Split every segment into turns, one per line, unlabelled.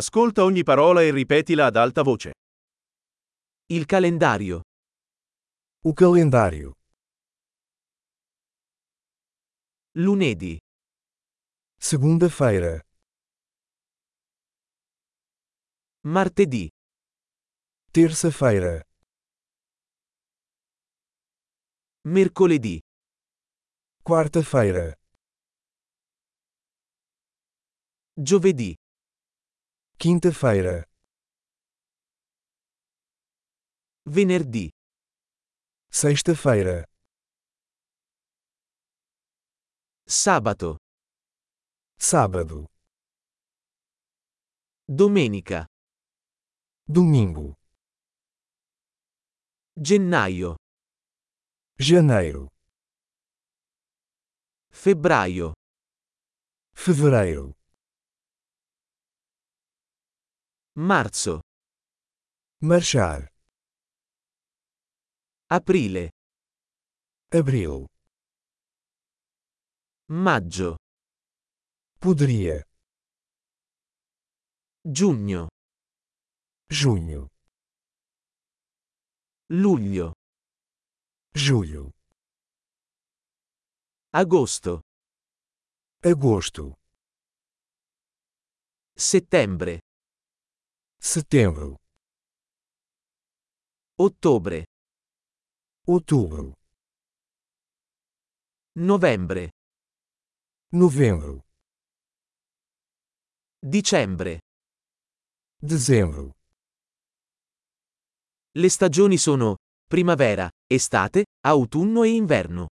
Ascolta ogni parola e ripetila ad alta voce.
Il calendario.
O calendário.
Lunedì.
Segunda-feira.
Martedì.
Terça-feira.
Mercoledì.
Quarta-feira.
Giovedì.
Quinta-feira.
Venerdì.
Sexta-feira.
Sabato.
Sábado.
Domenica.
Domingo.
Gennaio.
Janeiro.
Febbraio.
Fevereiro.
Marzo.
Marchar.
Aprile.
Abril.
Maggio.
Poderia.
Giugno.
Junho.
Luglio.
Julho.
Agosto.
Agosto.
Settembre.
Setembro.
Ottobre.
Outubro.
Novembre.
Novembro.
Dicembre.
Dezembro.
Le stagioni sono primavera, estate, autunno e inverno.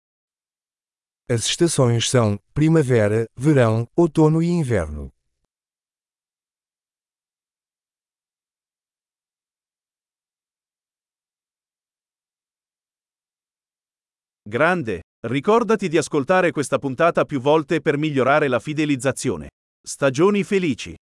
As estações são primavera, verão, outono e inverno.
Grande, ricordati di ascoltare questa puntata più volte per migliorare la fidelizzazione. Stagioni felici.